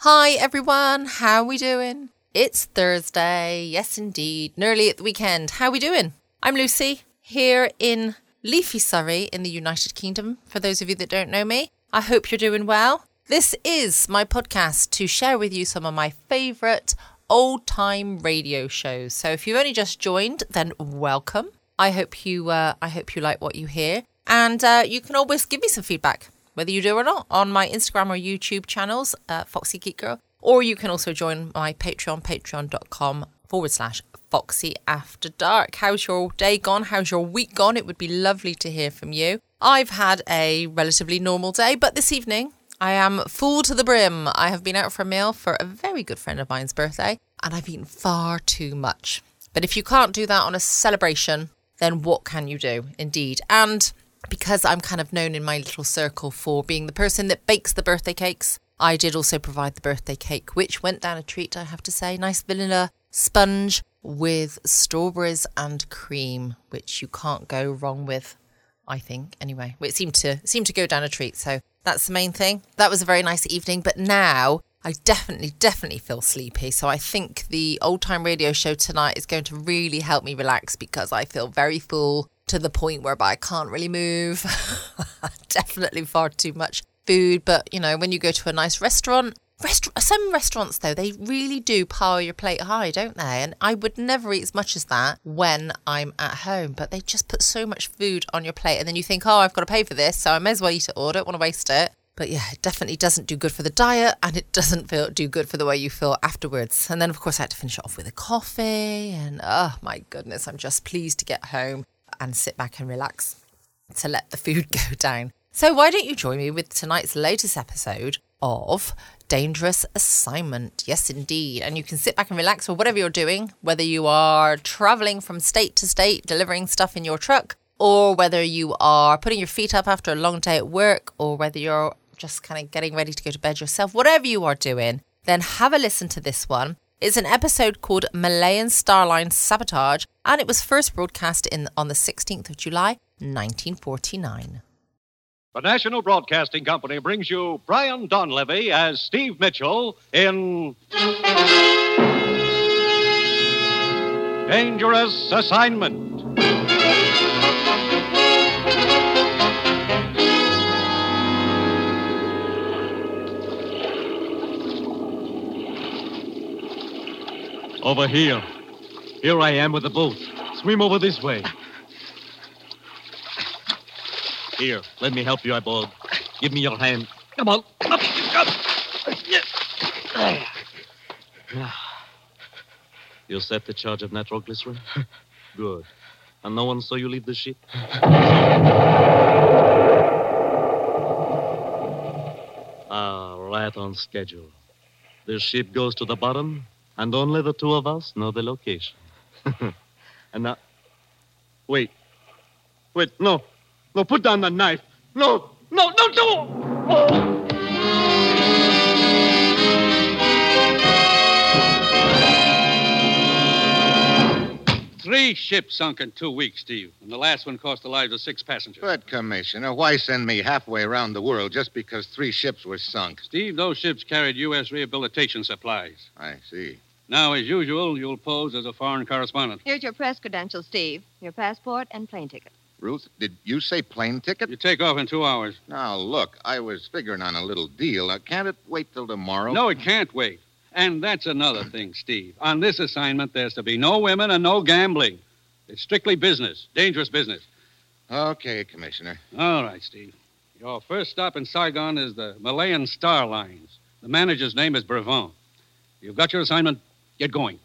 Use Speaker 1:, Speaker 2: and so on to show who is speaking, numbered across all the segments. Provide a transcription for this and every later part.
Speaker 1: Hi everyone, how we doing? It's Thursday, yes indeed, nearly at the weekend. How we doing? I'm Lucy, here in leafy Surrey in the United Kingdom. For those of you that don't know me, I hope you're doing well. This is my podcast to share with you some of my favourite old time radio shows. So if you've only just joined, then welcome. I hope you uh, I hope you like what you hear, and uh, you can always give me some feedback whether you do or not, on my Instagram or YouTube channels, uh, Foxy Geek Girl, or you can also join my Patreon, patreon.com forward slash Foxy After Dark. How's your day gone? How's your week gone? It would be lovely to hear from you. I've had a relatively normal day, but this evening I am full to the brim. I have been out for a meal for a very good friend of mine's birthday, and I've eaten far too much. But if you can't do that on a celebration, then what can you do? Indeed. And because I'm kind of known in my little circle for being the person that bakes the birthday cakes, I did also provide the birthday cake, which went down a treat, I have to say. Nice vanilla sponge with strawberries and cream, which you can't go wrong with, I think. Anyway, it seemed to seemed to go down a treat, so that's the main thing. That was a very nice evening, but now I definitely, definitely feel sleepy. So I think the old time radio show tonight is going to really help me relax because I feel very full to the point whereby I can't really move. Definitely far too much food. But you know, when you go to a nice restaurant, rest- some restaurants though they really do pile your plate high, don't they? And I would never eat as much as that when I'm at home. But they just put so much food on your plate, and then you think, oh, I've got to pay for this, so I may as well eat it all. I don't want to waste it. But yeah, it definitely doesn't do good for the diet and it doesn't feel do good for the way you feel afterwards. And then of course I had to finish it off with a coffee and oh my goodness, I'm just pleased to get home and sit back and relax to let the food go down. So, why don't you join me with tonight's latest episode of Dangerous Assignment? Yes, indeed. And you can sit back and relax or whatever you're doing, whether you are traveling from state to state, delivering stuff in your truck, or whether you are putting your feet up after a long day at work, or whether you're just kind of getting ready to go to bed yourself, whatever you are doing, then have a listen to this one. It's an episode called Malayan Starline Sabotage, and it was first broadcast in, on the 16th of July, 1949.
Speaker 2: The National Broadcasting Company brings you Brian Donlevy as Steve Mitchell in Dangerous Assignment.
Speaker 3: Over here. Here I am with the boat. Swim over this way. Here, let me help you, Eyeball. Give me your hand. Come on. Up, up. You set the charge of nitroglycerin? Good. And no one saw you leave the ship? Ah, right on schedule. The ship goes to the bottom, and only the two of us know the location. and now. Wait. Wait, no. No, put down the knife. No, no, no, no!
Speaker 4: Three ships sunk in two weeks, Steve, and the last one cost the lives of six passengers.
Speaker 5: But, Commissioner, why send me halfway around the world just because three ships were sunk?
Speaker 4: Steve, those ships carried U.S. rehabilitation supplies.
Speaker 5: I see.
Speaker 4: Now, as usual, you'll pose as a foreign correspondent.
Speaker 6: Here's your press credentials, Steve. Your passport and plane ticket.
Speaker 5: Ruth, did you say plane ticket?
Speaker 4: You take off in two hours.
Speaker 5: Now, look, I was figuring on a little deal. Now, can't it wait till tomorrow?
Speaker 4: No, it can't wait. And that's another thing, Steve. On this assignment, there's to be no women and no gambling. It's strictly business, dangerous business.
Speaker 5: Okay, Commissioner.
Speaker 4: All right, Steve. Your first stop in Saigon is the Malayan Star Lines. The manager's name is Brevin. You've got your assignment. Get going.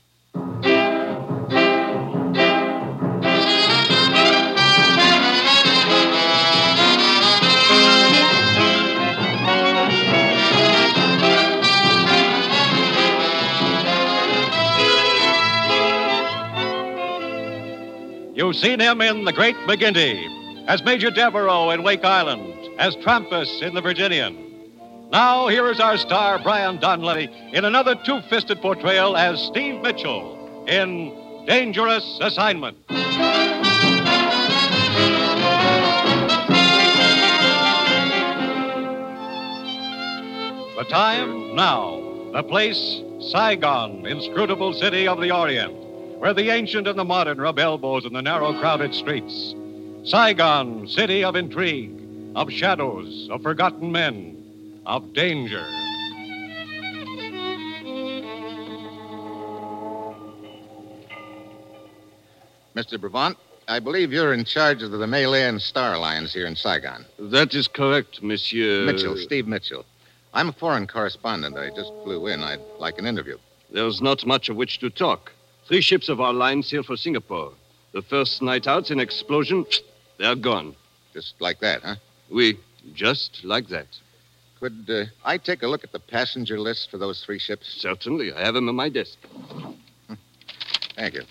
Speaker 2: You've seen him in The Great McGinty, as Major Devereaux in Wake Island, as Trampas in The Virginian. Now, here is our star, Brian Donlevy, in another two fisted portrayal as Steve Mitchell in Dangerous Assignment. The time now, The place, Saigon, inscrutable city of the Orient, where the ancient and the modern rub elbows in the narrow, crowded streets. Saigon, city of intrigue, of shadows, of forgotten men, of danger.
Speaker 5: Mr. Brevant, I believe you're in charge of the Malayan Star Lines here in Saigon.
Speaker 7: That is correct, Monsieur.
Speaker 5: Mitchell, Steve Mitchell. I'm a foreign correspondent. I just flew in. I'd like an interview.
Speaker 7: There's not much of which to talk. Three ships of our line sail for Singapore. The first night out's an explosion. They're gone.
Speaker 5: Just like that, huh?
Speaker 7: We just like that.
Speaker 5: Could uh, I take a look at the passenger list for those three ships? Hmm.
Speaker 7: Certainly, I have them on my desk.
Speaker 5: Thank you.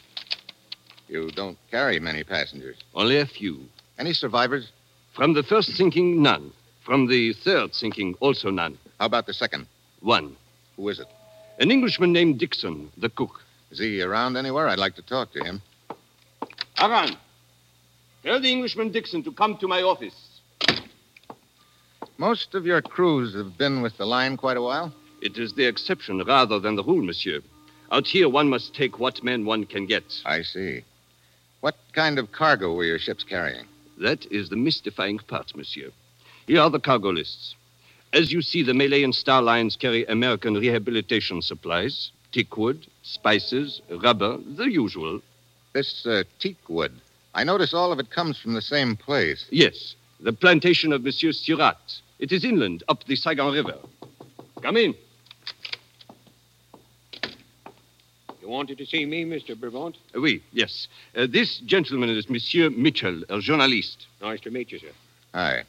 Speaker 5: You don't carry many passengers.
Speaker 7: Only a few.
Speaker 5: Any survivors?
Speaker 7: From the first sinking, none. From the third sinking, also none.
Speaker 5: How about the second?
Speaker 7: One.
Speaker 5: Who is it?
Speaker 7: An Englishman named Dixon, the cook.
Speaker 5: Is he around anywhere? I'd like to talk to him.
Speaker 7: Aran, tell the Englishman Dixon to come to my office.
Speaker 5: Most of your crews have been with the line quite a while.
Speaker 7: It is the exception rather than the rule, monsieur. Out here, one must take what men one can get.
Speaker 5: I see. What kind of cargo were your ships carrying?
Speaker 7: That is the mystifying part, monsieur. Here are the cargo lists. As you see, the Malayan Star Lines carry American rehabilitation supplies, teakwood, spices, rubber, the usual.
Speaker 5: This uh, teak wood. I notice all of it comes from the same place.
Speaker 7: Yes, the plantation of Monsieur Surat. It is inland, up the Saigon River. Come in.
Speaker 8: You wanted to see me, Mr. Brevant?
Speaker 7: Uh, Oui, yes. Uh, this gentleman is Monsieur Mitchell, a journalist.
Speaker 8: Nice to meet you, sir.
Speaker 5: Hi.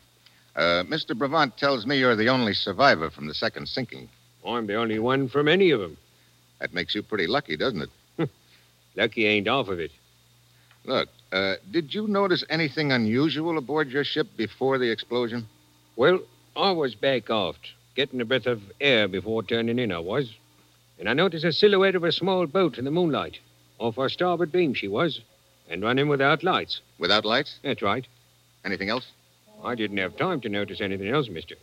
Speaker 5: Uh, Mr. Brevant tells me you're the only survivor from the second sinking.
Speaker 8: I'm the only one from any of them.
Speaker 5: That makes you pretty lucky, doesn't it?
Speaker 8: Lucky ain't off of it.
Speaker 5: Look, uh, did you notice anything unusual aboard your ship before the explosion?
Speaker 8: Well, I was back aft, getting a breath of air before turning in, I was. And I noticed a silhouette of a small boat in the moonlight. Off our starboard beam, she was. And running without lights.
Speaker 5: Without lights?
Speaker 8: That's right.
Speaker 5: Anything else?
Speaker 8: I didn't have time to notice anything else, mister.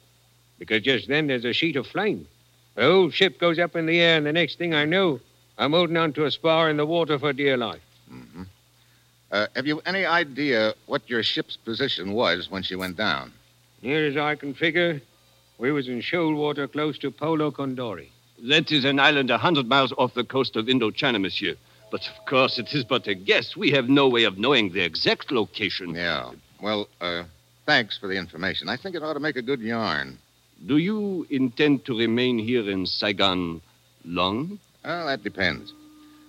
Speaker 8: Because just then there's a sheet of flame. The whole ship goes up in the air, and the next thing I know, I'm holding on to a spar in the water for dear life.
Speaker 5: hmm Uh, have you any idea what your ship's position was when she went down?
Speaker 8: Near as I can figure, we was in shoal water close to Polo Condori.
Speaker 7: That is an island a hundred miles off the coast of Indochina, monsieur. But of course, it is but a guess. We have no way of knowing the exact location.
Speaker 5: Yeah. Well, uh, thanks for the information. I think it ought to make a good yarn.
Speaker 7: Do you intend to remain here in Saigon long?
Speaker 5: Well, that depends.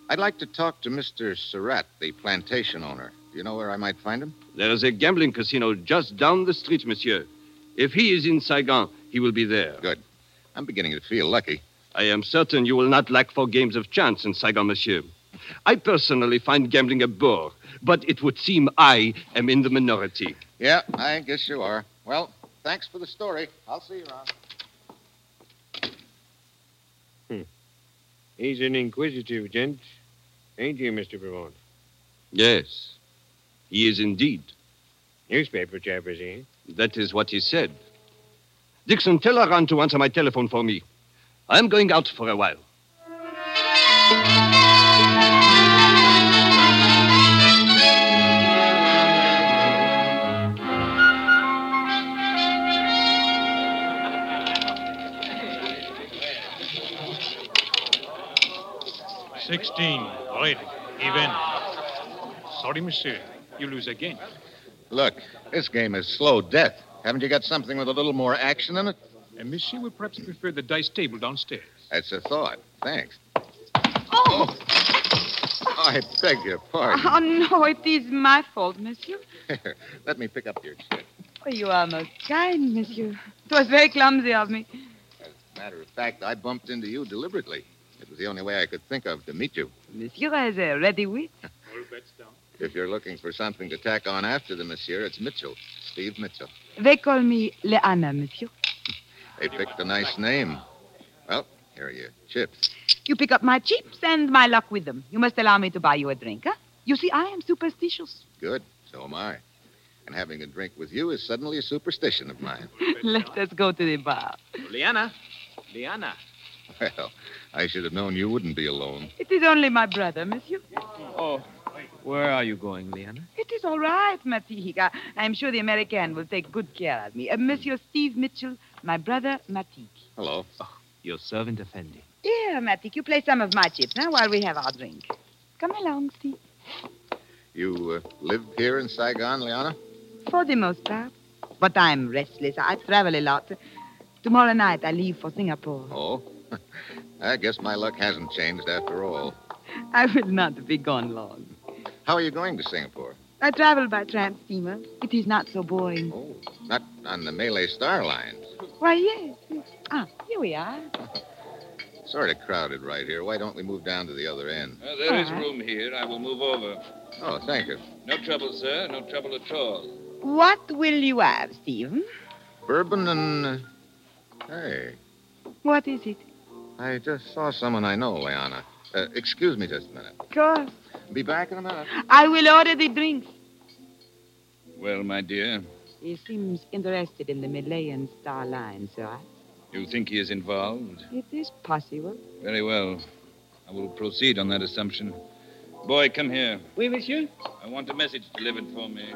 Speaker 5: I'd like to talk to Mr. Surratt, the plantation owner. Do you know where I might find him?
Speaker 7: There is a gambling casino just down the street, monsieur. If he is in Saigon, he will be there.
Speaker 5: Good. I'm beginning to feel lucky.
Speaker 7: I am certain you will not lack for games of chance in Saigon, monsieur. I personally find gambling a bore, but it would seem I am in the minority.
Speaker 5: Yeah, I guess you are. Well, thanks for the story. I'll see you around.
Speaker 8: He's an inquisitive gent, ain't he, Mr. Brevant?
Speaker 7: Yes, he is indeed.
Speaker 8: Newspaper chap, is he?
Speaker 7: That is what he said. Dixon, tell Aran to answer my telephone for me. I'm going out for a while.
Speaker 9: Sixteen. Right. Even. Sorry, monsieur. You lose again.
Speaker 5: Look, this game is slow death. Haven't you got something with a little more action in it?
Speaker 9: And monsieur would perhaps prefer the dice table downstairs.
Speaker 5: That's a thought. Thanks.
Speaker 10: Oh,
Speaker 5: I beg your pardon.
Speaker 10: oh no, it is my fault, monsieur.
Speaker 5: Let me pick up your chip.
Speaker 10: Oh, you are most kind, monsieur. It was very clumsy of me.
Speaker 5: Matter of fact, I bumped into you deliberately. It was the only way I could think of to meet you.
Speaker 10: Monsieur has a ready wit.
Speaker 9: All bets down.
Speaker 5: If you're looking for something to tack on after the monsieur, it's Mitchell, Steve Mitchell.
Speaker 10: They call me Leanna, monsieur.
Speaker 5: They picked a nice name. Well, here are your chips.
Speaker 10: You pick up my chips and my luck with them. You must allow me to buy you a drink, huh? You see, I am superstitious.
Speaker 5: Good. So am I. And having a drink with you is suddenly a superstition of mine.
Speaker 10: Let us go to the bar.
Speaker 8: Liana. Liana.
Speaker 5: Well, I should have known you wouldn't be alone.
Speaker 10: It is only my brother, monsieur.
Speaker 11: Oh, where are you going, Leanna?
Speaker 10: It is all right, Matiga. I am sure the American will take good care of me. Uh, monsieur Steve Mitchell, my brother, Matique.
Speaker 5: Hello.
Speaker 11: Oh, your servant, Effendi.
Speaker 10: Dear Matique, you play some of my chips huh, while we have our drink. Come along, Steve.
Speaker 5: You uh, lived here in Saigon, Liana?
Speaker 10: For the most part. But I'm restless. I travel a lot. Tomorrow night I leave for Singapore.
Speaker 5: Oh? I guess my luck hasn't changed after all.
Speaker 10: I will not be gone long.
Speaker 5: How are you going to Singapore?
Speaker 10: I travel by tramp steamer. It is not so boring.
Speaker 5: Oh. Not on the Malay Star Line.
Speaker 10: Why, yes. yes. Ah, here we are.
Speaker 5: Sort of crowded right here. Why don't we move down to the other end?
Speaker 12: Uh, there is
Speaker 10: All right.
Speaker 12: room here. I will move over.
Speaker 5: Oh, thank you.
Speaker 12: No trouble, sir. No trouble at all.
Speaker 10: What will you have, Stephen?
Speaker 5: Bourbon and. uh, Hey,
Speaker 10: What is it?
Speaker 5: I just saw someone I know, Liana. Uh, excuse me just a minute.
Speaker 10: Of course.
Speaker 5: Be back in a minute.
Speaker 10: I will order the drinks.
Speaker 12: Well, my dear,
Speaker 10: He seems interested in the Malayan Star Line, sir.
Speaker 12: you think he is involved?
Speaker 10: It is possible.
Speaker 12: Very well. I will proceed on that assumption. Boy, come here.
Speaker 11: Oui, monsieur?
Speaker 12: I want a message delivered for me.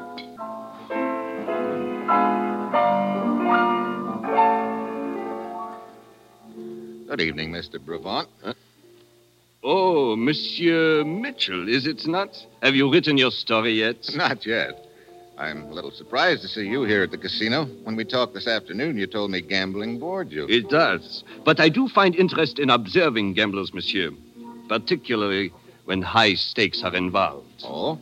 Speaker 5: Good evening, Mr. Brevant.
Speaker 7: Oh, Monsieur Mitchell, is it not? Have you written your story yet?
Speaker 5: Not yet. I'm a little surprised to see you here at the casino. When we talked this afternoon, you told me gambling bored you.
Speaker 7: It does. But I do find interest in observing gamblers, monsieur, particularly when high stakes are involved.
Speaker 5: Oh?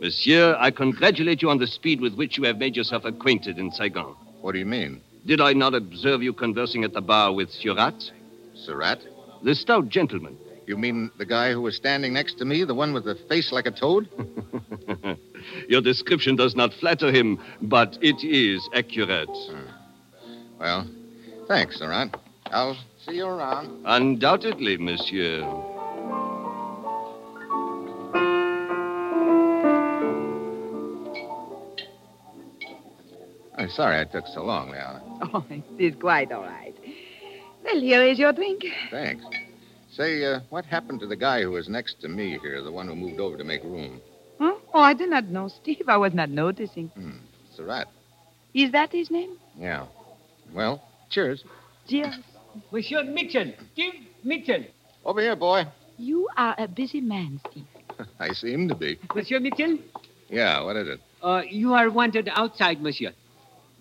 Speaker 7: Monsieur, I congratulate you on the speed with which you have made yourself acquainted in Saigon.
Speaker 5: What do you mean?
Speaker 7: Did I not observe you conversing at the bar with Surat?
Speaker 5: Surat?
Speaker 7: The stout gentleman.
Speaker 5: You mean the guy who was standing next to me, the one with the face like a toad?
Speaker 7: Your description does not flatter him, but it is accurate.
Speaker 5: Hmm. Well, thanks, Surat. I'll see you around.
Speaker 7: Undoubtedly, monsieur.
Speaker 5: I'm sorry I took so long, Liana.
Speaker 10: Oh, it is quite all right. Well, here is your drink.
Speaker 5: Thanks. Say, uh, what happened to the guy who was next to me here, the one who moved over to make room?
Speaker 10: Huh? Oh, I do not know, Steve. I was not noticing.
Speaker 5: Surat.
Speaker 10: Is that his name?
Speaker 5: Yeah. Well, cheers.
Speaker 10: Yes.
Speaker 13: Monsieur Mitchell. Steve Mitchell.
Speaker 5: Over here, boy.
Speaker 10: You are a busy man, Steve.
Speaker 5: I seem to be.
Speaker 13: Monsieur Mitchell,
Speaker 5: Yeah, what is it?
Speaker 13: uh, you are wanted outside, monsieur.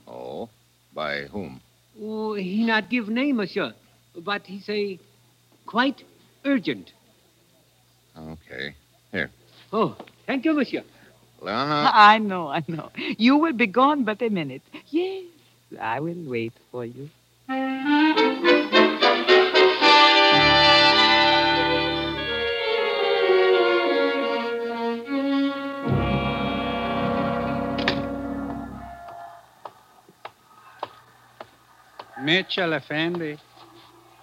Speaker 5: Oh, by whom?
Speaker 13: Oh, he not give name, monsieur, but he say quite urgent.
Speaker 5: Okay. Here.
Speaker 13: Oh, thank you, monsieur.
Speaker 5: Liana.
Speaker 10: I know, I know. You will be gone but a minute. Yes, I will wait for you. Oh,
Speaker 14: Mitchell Effendi.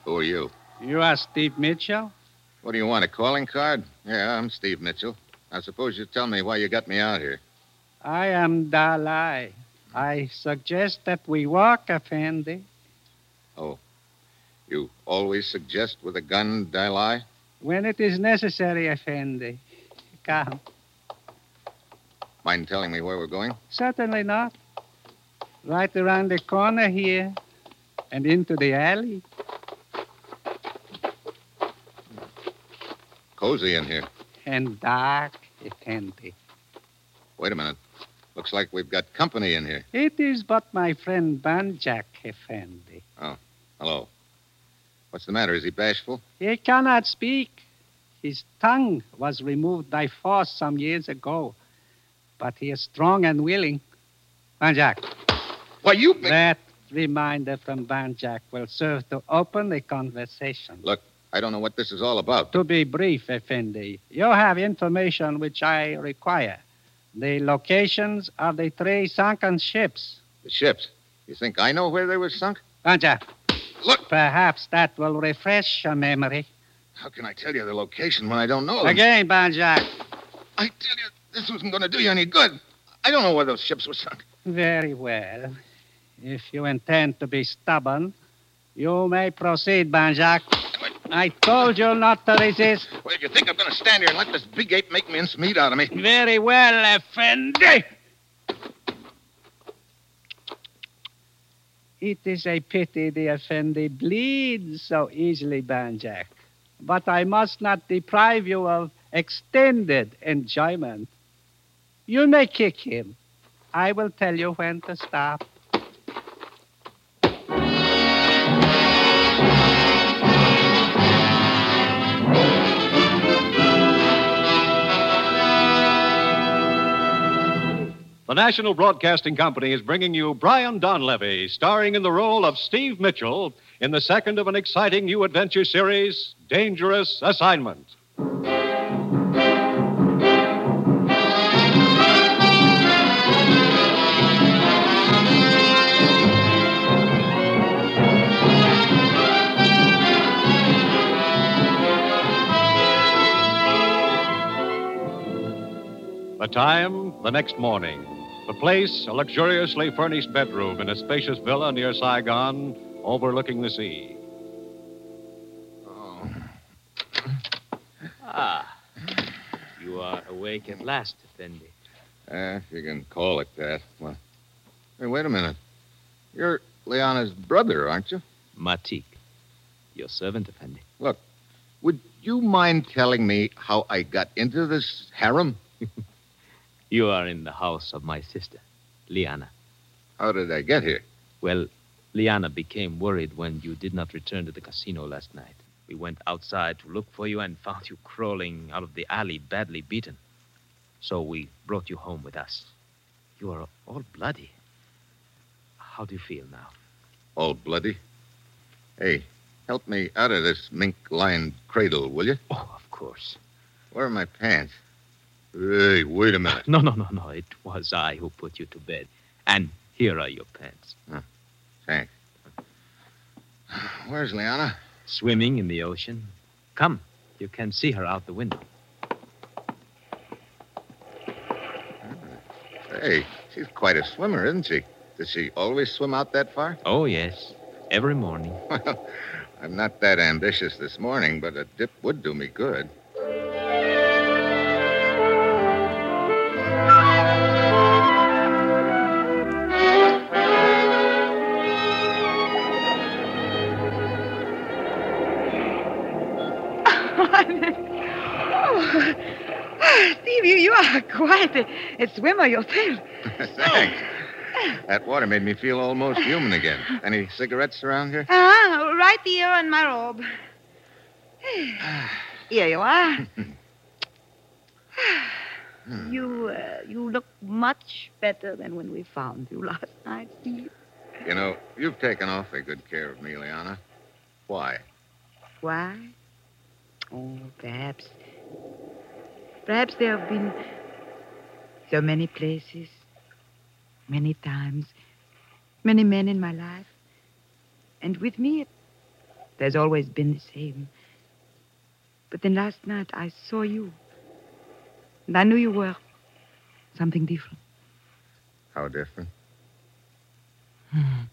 Speaker 5: Who are you?
Speaker 14: You are Steve Mitchell?
Speaker 5: What do you want, a calling card? Yeah, I'm Steve Mitchell. I suppose you tell me why you got me out here.
Speaker 14: I am Dalai. I suggest that we walk, Effendi.
Speaker 5: Oh. You always suggest with a gun, die lie?
Speaker 14: When it is necessary, Effendi. Come.
Speaker 5: Mind telling me where we're going?
Speaker 14: Certainly not. Right around the corner here and into the alley.
Speaker 5: Cozy in here.
Speaker 14: And dark, Effendi.
Speaker 5: Wait a minute. Looks like we've got company in here.
Speaker 14: It is but my friend Banjak, Effendi.
Speaker 5: Oh, Hello. What's the matter? Is he bashful?
Speaker 14: He cannot speak. His tongue was removed by force some years ago. But he is strong and willing. Banjak.
Speaker 5: Why, you.
Speaker 14: That reminder from Banjak will serve to open the conversation.
Speaker 5: Look, I don't know what this is all about.
Speaker 14: To be brief, Effendi, you have information which I require the locations of the three sunken ships.
Speaker 5: The ships. You think I know where they were sunk?
Speaker 14: Banjak.
Speaker 5: Look.
Speaker 14: Perhaps that will refresh your memory.
Speaker 5: How can I tell you the location when I don't know them?
Speaker 14: Again, Banjak.
Speaker 5: I tell you, this wasn't going to do you any good. I don't know where those ships were sunk.
Speaker 14: Very well. If you intend to be stubborn, you may proceed, Banjak. I told you not to resist.
Speaker 5: Well, you think I'm going to stand here and let this big ape make mince meat out of me?
Speaker 15: Very well, Effendi.
Speaker 14: It is a pity the Effendi bleeds so easily, Banjak. But I must not deprive you of extended enjoyment. You may kick him. I will tell you when to stop.
Speaker 2: The National Broadcasting Company is bringing you Brian Donlevy, starring in the role of Steve Mitchell in the second of an exciting new adventure series, Dangerous Assignment. The time, the next morning. The place, a luxuriously furnished bedroom in a spacious villa near Saigon, overlooking the sea.
Speaker 11: Ah. You are awake at last, Effendi.
Speaker 5: Eh, if you can call it that. Well, hey, wait a minute. You're Leana's brother, aren't you?
Speaker 11: Matik. Your servant, Effendi.
Speaker 5: Look, would you mind telling me how I got into this harem?
Speaker 11: You are in the house of my sister, Liana.
Speaker 5: How did I get here?
Speaker 11: Well, Liana became worried when you did not return to the casino last night. We went outside to look for you and found you crawling out of the alley, badly beaten. So we brought you home with us. You are all bloody. How do you feel now?
Speaker 5: All bloody? Hey, help me out of this mink lined cradle, will you?
Speaker 11: Oh, of course.
Speaker 5: Where are my pants? Hey, wait a minute.
Speaker 11: No, no, no, no. It was I who put you to bed. And here are your pants.
Speaker 5: Thanks. Where's Liana?
Speaker 11: Swimming in the ocean. Come, you can see her out the window.
Speaker 5: Hey, she's quite a swimmer, isn't she? Does she always swim out that far?
Speaker 11: Oh, yes. Every morning.
Speaker 5: Well, I'm not that ambitious this morning, but a dip would do me good.
Speaker 10: Oh, Steve, you, you are quite a, a swimmer yourself.
Speaker 5: Thanks. That water made me feel almost human again. Any cigarettes around here?
Speaker 10: Ah, right here on my robe. Here you are. you, uh, you look much better than when we found you last night, Steve.
Speaker 5: You know, you've taken awfully good care of me, Liana. Why?
Speaker 10: Why? Oh, perhaps. Perhaps there have been so many places, many times, many men in my life. And with me, it, there's always been the same. But then last night I saw you. And I knew you were something different.
Speaker 5: How different?
Speaker 10: Hmm.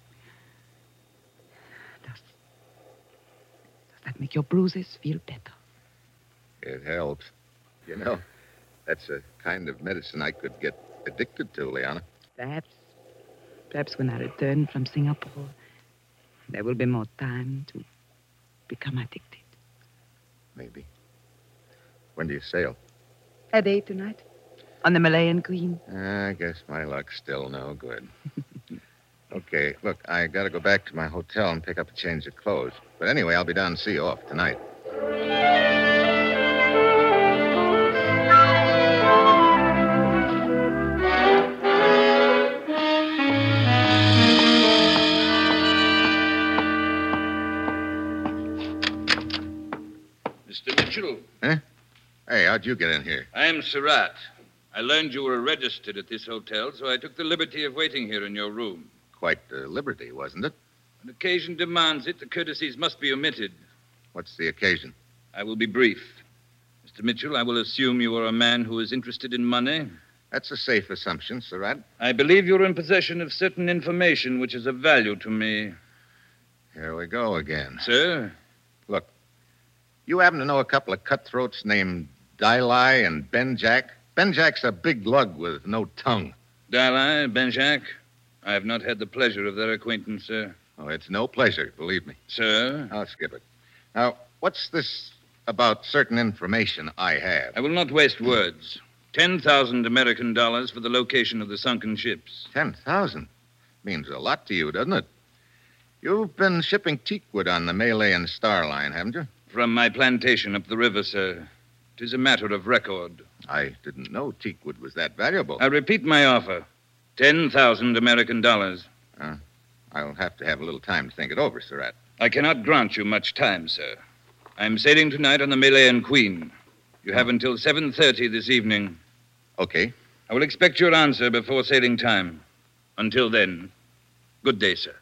Speaker 10: Does that make your bruises feel better?
Speaker 5: It helps. You know, that's a kind of medicine I could get addicted to, Liana.
Speaker 10: Perhaps. Perhaps when I return from Singapore, there will be more time to become addicted.
Speaker 5: Maybe. When do you sail?
Speaker 10: At eight tonight? On the Malayan Queen?
Speaker 5: I guess my luck's still no good. okay, look, I gotta go back to my hotel and pick up a change of clothes. But anyway, I'll be down to see you off tonight.
Speaker 12: Mr. Mitchell,
Speaker 5: Hey, how'd you get in here?
Speaker 12: I'm Surratt. I learned you were registered at this hotel, so I took the liberty of waiting here in your room.
Speaker 5: Quite the liberty, wasn't it?
Speaker 12: When occasion demands it, the courtesies must be omitted.
Speaker 5: What's the occasion?
Speaker 12: I will be brief. Mr. Mitchell, I will assume you are a man who is interested in money.
Speaker 5: That's a safe assumption, Surratt.
Speaker 12: I believe you're in possession of certain information which is of value to me.
Speaker 5: Here we go again.
Speaker 12: Sir?
Speaker 5: Look, You happen to know a couple of cutthroats named Dili and Ben Jack? Ben Jack's a big lug with no tongue.
Speaker 12: Dalai, Benjak, I have not had the pleasure of their acquaintance, sir.
Speaker 5: Oh, it's no pleasure, believe me.
Speaker 12: Sir?
Speaker 5: I'll skip it. Now, what's this about certain information I have?
Speaker 12: I will not waste words. 10,000 American dollars for the location of the sunken ships.
Speaker 5: 10,000? Means a lot to you, doesn't it? You've been shipping teakwood on the Malay and Star Line, haven't you?
Speaker 12: From my plantation up the river, sir. It is a matter of record.
Speaker 5: I didn't know teakwood was that valuable.
Speaker 12: I repeat my offer 10,000 American dollars.
Speaker 5: Uh, I'll have to have a little time to think it over, Surratt.
Speaker 12: I cannot grant you much time, sir. I'm sailing tonight on the Malayan Queen. You have until 7:30 this evening.
Speaker 5: Okay.
Speaker 12: I will expect your answer before sailing time. Until then, good day, sir.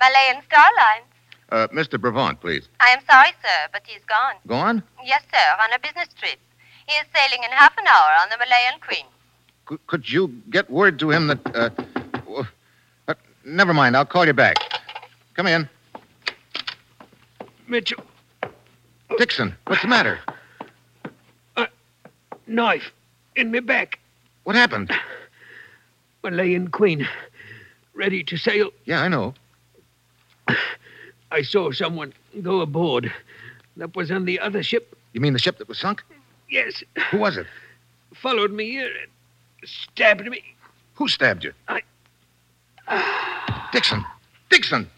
Speaker 16: Malayan Star Lines.
Speaker 5: Uh, Mr. Brevant, please.
Speaker 16: I am sorry, sir, but he's gone.
Speaker 5: Go on.
Speaker 16: Yes, sir, on a business trip. He is sailing in half an hour on the Malayan Queen.
Speaker 5: C- could you get word to him that. Uh, w- uh, never mind. I'll call you back. Come in.
Speaker 15: Mitchell,
Speaker 5: Dixon, what's the matter?
Speaker 15: knife in me back.
Speaker 5: What happened?
Speaker 15: Malayan Queen, ready to sail.
Speaker 5: Yeah, I know.
Speaker 15: I saw someone go aboard. That was on the other ship.
Speaker 5: You mean the ship that was sunk?
Speaker 15: Yes,
Speaker 5: Who was it?
Speaker 15: followed me here and stabbed me.
Speaker 5: Who stabbed you?
Speaker 15: I-
Speaker 5: Dixon! Dixon!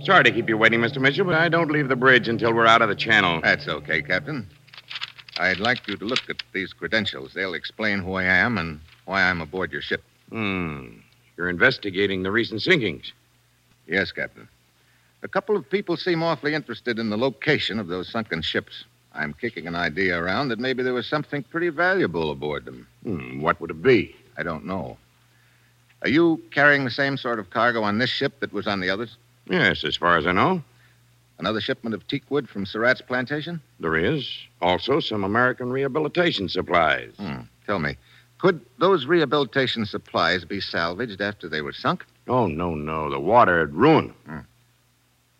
Speaker 17: Sorry to keep you waiting, Mr. Mitchell, but I don't leave the bridge until we're out of the channel.
Speaker 5: That's okay, Captain. I'd like you to look at these credentials. They'll explain who I am and why I'm aboard your ship.
Speaker 17: Hmm. You're investigating the recent sinkings.
Speaker 5: Yes, Captain. A couple of people seem awfully interested in the location of those sunken ships. I'm kicking an idea around that maybe there was something pretty valuable aboard them.
Speaker 17: Hmm. What would it be?
Speaker 5: I don't know. Are you carrying the same sort of cargo on this ship that was on the others?
Speaker 17: Yes, as far as I know,
Speaker 5: Another shipment of teakwood from Surratt's plantation?
Speaker 17: there is. Also, some American rehabilitation supplies.
Speaker 5: Hmm. Tell me, could those rehabilitation supplies be salvaged after they were sunk? Hmm.
Speaker 17: Oh, no, no. The water had ruined them.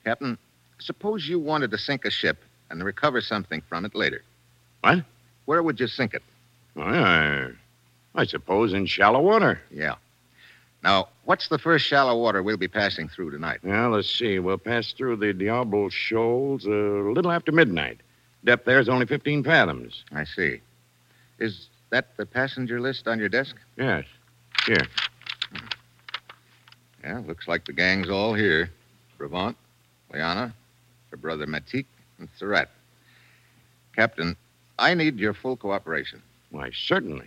Speaker 5: Captain, suppose you wanted to sink a ship and recover something from it later.
Speaker 17: What?
Speaker 5: Where would you sink it?
Speaker 17: I, I suppose in shallow water.
Speaker 5: Yeah. Now, what's the first shallow water we'll be passing through tonight?
Speaker 17: Now, let's see. We'll pass through the Diablo Shoals a little after midnight. Depth there is only 15 fathoms.
Speaker 5: I see. Is that the passenger list on your desk?
Speaker 17: Yes. Here.
Speaker 5: Yeah, looks like the gang's all here. Brevant, Liana, her brother Matik, and Surratt. Captain, I need your full cooperation.
Speaker 17: Why, certainly.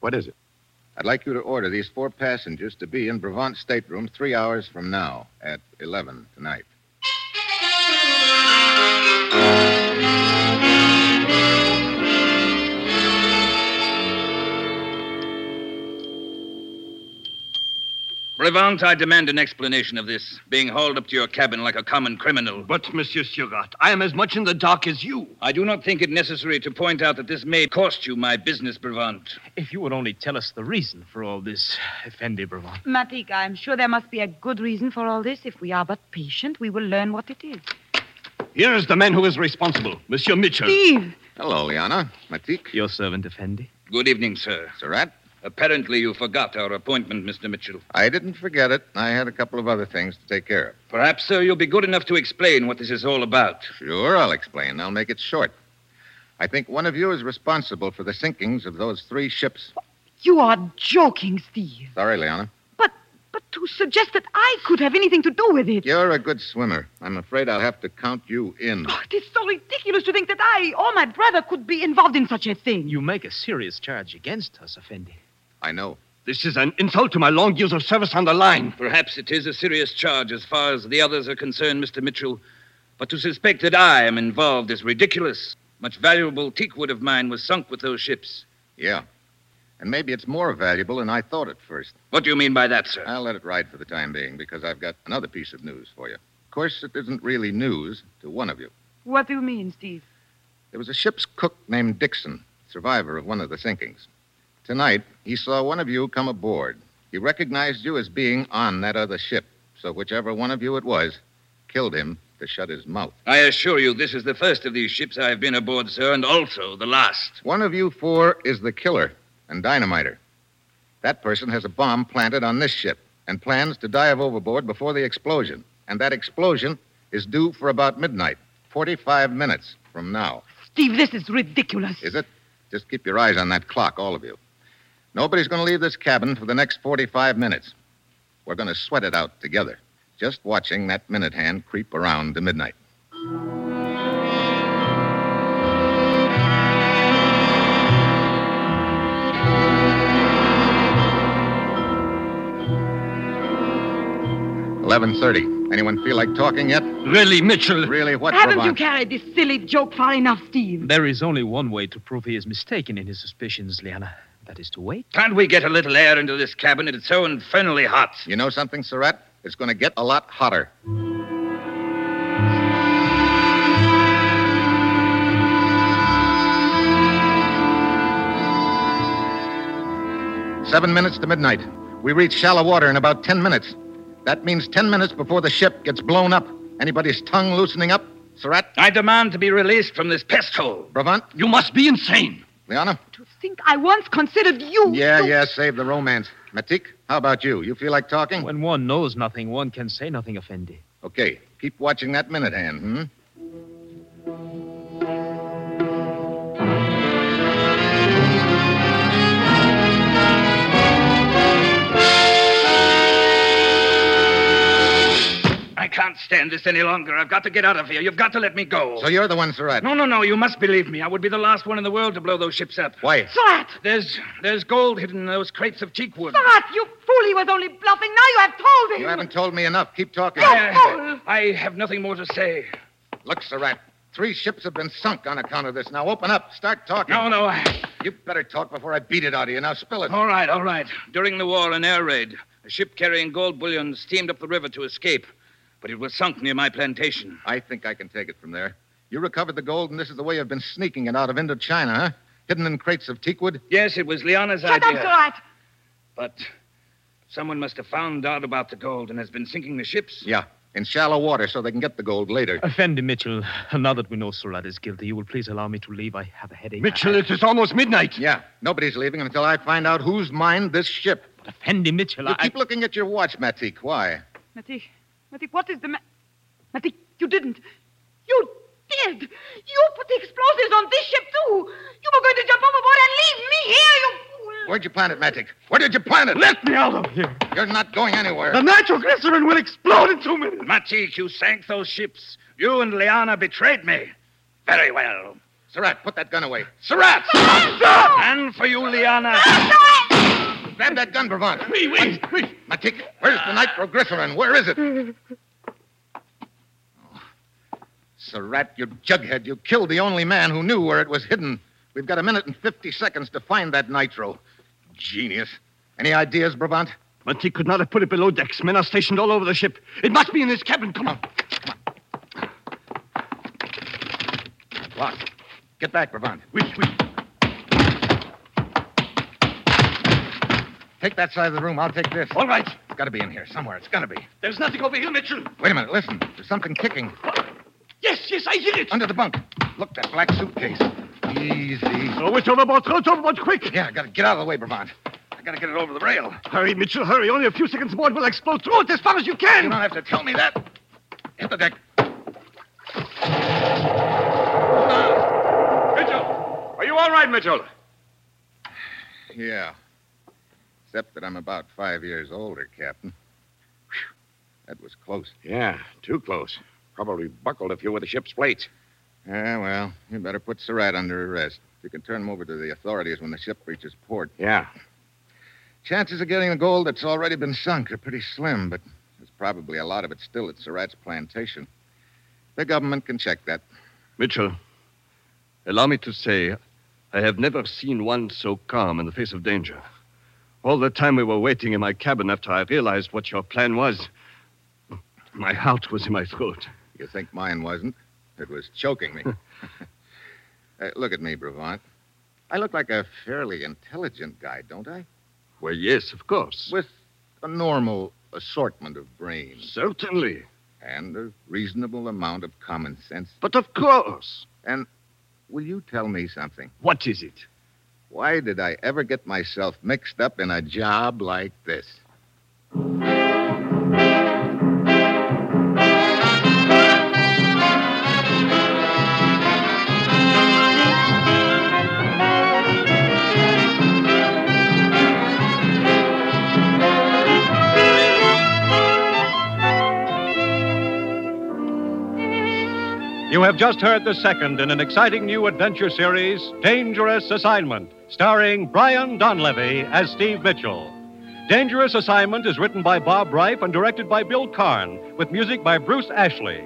Speaker 17: What is it?
Speaker 5: I'd like you to order these four passengers to be in Brevant's stateroom three hours from now at 11 tonight.
Speaker 12: Brevant, I demand an explanation of this, being hauled up to your cabin like a common criminal.
Speaker 7: But, Monsieur Surratt, I am as much in the dark as you.
Speaker 12: I do not think it necessary to point out that this may cost you my business, Brevant.
Speaker 11: If you would only tell us the reason for all this, Effendi Brevant.
Speaker 18: Matika, I'm sure there must be a good reason for all this. If we are but patient, we will learn what it is.
Speaker 7: Here is the man who is responsible, Monsieur Mitchell.
Speaker 18: Steve!
Speaker 5: Hello, Liana. Matik.
Speaker 11: Your servant, Effendi.
Speaker 12: Good evening, sir.
Speaker 5: Surratt,
Speaker 12: Apparently, you forgot our appointment, Mr. Mitchell.
Speaker 5: I didn't forget it. I had a couple of other things to take care of.
Speaker 12: Perhaps, sir, you'll be good enough to explain what this is all about.
Speaker 5: Sure, I'll explain. I'll make it short. I think one of you is responsible for the sinkings of those three ships.
Speaker 18: You are joking, Steve.
Speaker 5: Sorry, Liana.
Speaker 18: But to suggest that I could have anything to do with it.
Speaker 5: You're a good swimmer. I'm afraid I'll have to count you in.
Speaker 18: Oh, it is so ridiculous to think that I or Oh, my brother could be involved in such a thing.
Speaker 11: You make a serious charge against us, Effendi.
Speaker 5: I know.
Speaker 7: This is an insult to my long years of service on the line.
Speaker 12: Perhaps it is a serious charge as far as the others are concerned, Mr. Mitchell. But to suspect that I am involved is ridiculous. Much valuable teakwood of mine was sunk with those ships.
Speaker 5: Yeah. And maybe it's more valuable than I thought at first.
Speaker 12: What do you mean by that, sir?
Speaker 5: I'll let it ride for the time being because I've got another piece of news for you. Of course, it isn't really news to one of you.
Speaker 18: What do you mean, Steve?
Speaker 5: There was a ship's cook named Dixon, survivor of one of the sinkings. Tonight, he saw one of you come aboard. He recognized you as being on that other ship, so whichever one of you it was killed him to shut his mouth.
Speaker 12: I assure you, this is the first of these ships I have been aboard, sir, and also the last.
Speaker 5: One of you four is the killer and dynamiter. That person has a bomb planted on this ship and plans to dive overboard before the explosion. And that explosion is due for about midnight, 45 minutes from now.
Speaker 18: Steve, this is ridiculous.
Speaker 5: Is it? Just keep your eyes on that clock, all of you. Nobody's going to leave this cabin for the next 45 minutes. We're going to sweat it out together, just watching that minute hand creep around to midnight. Eleven thirty. Anyone feel like talking yet?
Speaker 11: Really, Mitchell?
Speaker 5: Really, what?
Speaker 18: Haven't
Speaker 5: Brabant?
Speaker 18: you carried this silly joke far enough, Steve?
Speaker 11: There is only one way to prove he is mistaken in his suspicions, Liana. That is to wait.
Speaker 12: Can't we get a little air into this cabin? It's so infernally hot.
Speaker 5: You know something, Surratt? It's going to get a lot hotter. Seven minutes to midnight. We reach shallow water in about ten minutes. That means ten minutes before the ship gets blown up. Anybody's tongue loosening up? Surratt?
Speaker 12: I demand to be released from this pest hole.
Speaker 5: Bravant?
Speaker 12: You must be insane.
Speaker 5: Liana?
Speaker 18: Think I once considered you.
Speaker 5: Yeah, yeah, save the romance. Matik, how about you? You feel like talking?
Speaker 11: When one knows nothing, one can say nothing, Effendi.
Speaker 5: Okay, keep watching that minute hand, hmm?
Speaker 12: I can't stand this any longer. I've got to get out of here. You've got to let me go.
Speaker 5: So you're the one, Surratt.
Speaker 12: No, no, no. You must believe me. I would be the last one in the world to blow those ships up.
Speaker 5: Why?
Speaker 18: Surratt!
Speaker 12: There's there's gold hidden in those crates of teakwood.
Speaker 18: Surratt, you fool, he was only bluffing. Now you have told him.
Speaker 5: You haven't told me enough. Keep talking. hmm?
Speaker 12: I, I have nothing more to say.
Speaker 5: Look, Surratt, three ships have been sunk on account of this. Now open up. Start talking.
Speaker 12: No, no. I-
Speaker 5: You better talk before I beat it out of you. Now spill it.
Speaker 12: All right, all right. During the war, an air raid. A ship carrying gold bullion steamed up the river to escape, but it was sunk near my plantation.
Speaker 5: I think I can take it from there. You recovered the gold, and this is the way you've been sneaking it out of Indochina, huh? Hidden in crates of teakwood?
Speaker 12: Yes, it was Liana's
Speaker 18: Shut up,
Speaker 12: idea.
Speaker 18: Surratt.
Speaker 12: But someone must have found out about the gold and has been sinking the ships.
Speaker 5: Yeah, in shallow water so they can get the gold later.
Speaker 11: Effendi Mitchell, now that we know Surratt is guilty, you will please allow me to leave. I have a headache.
Speaker 15: Mitchell, it is almost midnight.
Speaker 5: Yeah, nobody's leaving until I find out who's mined this ship.
Speaker 11: Effendi Mitchell,
Speaker 5: You
Speaker 11: I.
Speaker 5: keep looking at your watch, Matik. Why?
Speaker 18: Matik, Matik, what is the ma- Matik, you didn't. You did. You put the explosives on this ship, too. You were going to jump overboard and leave me here, you fool.
Speaker 5: Where'd you plant it, Matik? Where did you plant it?
Speaker 15: Let me out of here.
Speaker 5: You're not going anywhere.
Speaker 15: The nitroglycerin will explode in two minutes.
Speaker 12: Matik, you sank those ships. You and Liana betrayed me. Very well.
Speaker 5: Surratt, put that gun away.
Speaker 12: Surratt! And for you, Liana.
Speaker 5: Grab that gun, Bravant.
Speaker 15: Wait, wait, wait.
Speaker 5: Matik, where's the nitroglycerin? Where is it? Oh. Surratt, you jughead, you killed the only man who knew where it was hidden. We've got a minute and 50 seconds to find that nitro. Genius. Any ideas, Brabant?
Speaker 15: But he could not have put it below decks. Men are stationed all over the ship. It must be in this cabin. Come on.
Speaker 5: Lock. Get back, Brabant.
Speaker 15: Wait, wait.
Speaker 5: Take that side of the room. I'll take this.
Speaker 15: All right.
Speaker 5: It's got to be in here somewhere. It's got to be.
Speaker 15: There's nothing over here, Mitchell.
Speaker 5: Wait a minute. Listen. There's something kicking
Speaker 15: Yes, yes, I hear it.
Speaker 5: under the bunk. Look, that black suitcase. Easy.
Speaker 15: Oh, it's overboard. Throw it overboard quick.
Speaker 5: Yeah, I got to get out of the way, Brabant. I got to get it over the rail.
Speaker 15: Hurry, Mitchell, hurry. Only a few seconds more and we'll explode. Throw it as far as you
Speaker 5: You
Speaker 15: can.
Speaker 5: don't have to tell me that. Hit the deck.
Speaker 15: Ah.
Speaker 9: Mitchell! Are you all right, Mitchell?
Speaker 5: Yeah. Except that I'm about five years older, Captain. Phew. That was close.
Speaker 17: Yeah, too close. Probably buckled a few of the ship's plates.
Speaker 5: Yeah, well, you better put Surratt under arrest. You can turn him over to the authorities when the ship reaches port.
Speaker 17: Yeah.
Speaker 5: Chances of getting the gold that's already been sunk are pretty slim, but there's probably a lot of it still at Surratt's plantation. The government can check that.
Speaker 7: Mitchell, allow me to say I have never seen one so calm in the face of danger. All the time we were waiting in my cabin after I realized what your plan was, my heart was in my throat.
Speaker 5: You think mine wasn't? It was choking me. Uh, look at me, Brevant. I look like a fairly intelligent guy, don't I?
Speaker 7: Well, yes, of course.
Speaker 5: With a normal assortment of brains.
Speaker 7: Certainly.
Speaker 5: And a reasonable amount of common sense.
Speaker 7: But of course.
Speaker 5: And will you tell me something?
Speaker 7: What is it?
Speaker 5: Why did I ever get myself mixed up in a job like this?
Speaker 2: You have just heard the second in an exciting new adventure series, Dangerous Assignment, starring Brian Donlevy as Steve Mitchell. Dangerous Assignment is written by Bob Reif and directed by Bill Karn, with music by Bruce Ashley.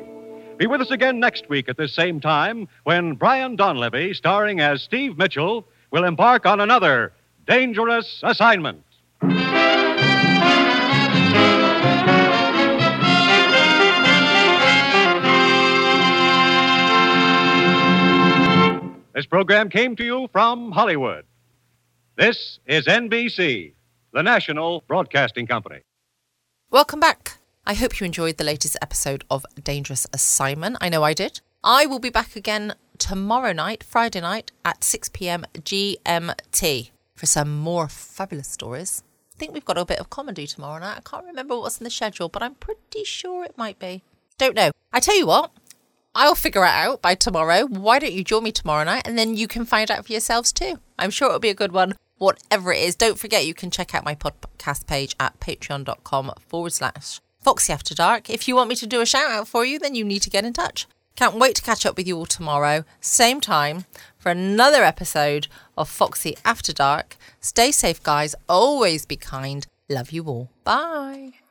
Speaker 2: Be with us again next week at this same time when Brian Donlevy, starring as Steve Mitchell, will embark on another Dangerous Assignment. This program came to you from Hollywood. This is NBC, the national broadcasting company.
Speaker 1: Welcome back. I hope you enjoyed the latest episode of Dangerous Assignment. I know I did. I will be back again tomorrow night, Friday night at 6 p.m. GMT for some more fabulous stories. I think we've got a bit of comedy tomorrow night. I can't remember what's in the schedule, but I'm pretty sure it might be. Don't know. I tell you what, I'll figure it out by tomorrow. Why don't you join me tomorrow night and then you can find out for yourselves too? I'm sure it'll be a good one. Whatever it is, don't forget you can check out my podcast page at patreon.com forward slash Foxy After Dark. If you want me to do a shout out for you, then you need to get in touch. Can't wait to catch up with you all tomorrow, same time, for another episode of Foxy After Dark. Stay safe, guys. Always be kind. Love you all. Bye.